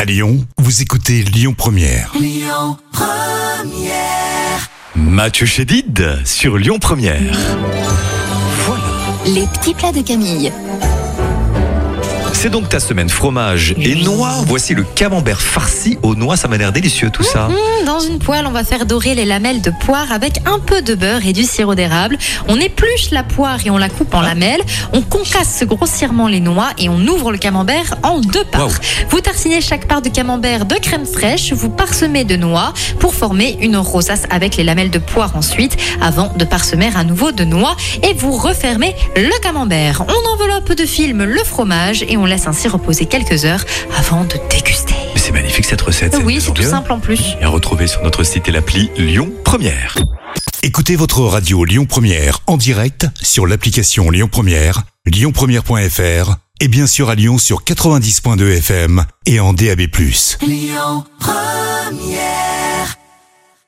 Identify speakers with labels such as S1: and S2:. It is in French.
S1: À Lyon, vous écoutez Lyon Première.
S2: Mathieu Chédid sur Lyon Première.
S3: Les petits plats de Camille.
S2: C'est donc ta semaine fromage et noix. Voici le camembert farci aux noix. Ça m'a l'air délicieux tout ça.
S3: Dans une poêle, on va faire dorer les lamelles de poire avec un peu de beurre et du sirop d'érable. On épluche la poire et on la coupe en lamelles. On concasse grossièrement les noix et on ouvre le camembert en deux parts.
S2: Waouh.
S3: Vous tartinez chaque part de camembert de crème fraîche, vous parsemez de noix pour former une rosace avec les lamelles de poire ensuite, avant de parsemer à nouveau de noix et vous refermez le camembert. On enveloppe de film le fromage et on laisse ainsi reposer quelques heures avant de déguster.
S2: Mais c'est magnifique cette recette.
S3: Oui, c'est tout
S2: merveilleux.
S3: simple en plus.
S2: Et à retrouver sur notre site et l'appli Lyon Première.
S1: Écoutez votre radio Lyon Première en direct sur l'application Lyon Première, lyonpremière.fr et bien sûr à Lyon sur 90.2 FM et en DAB+.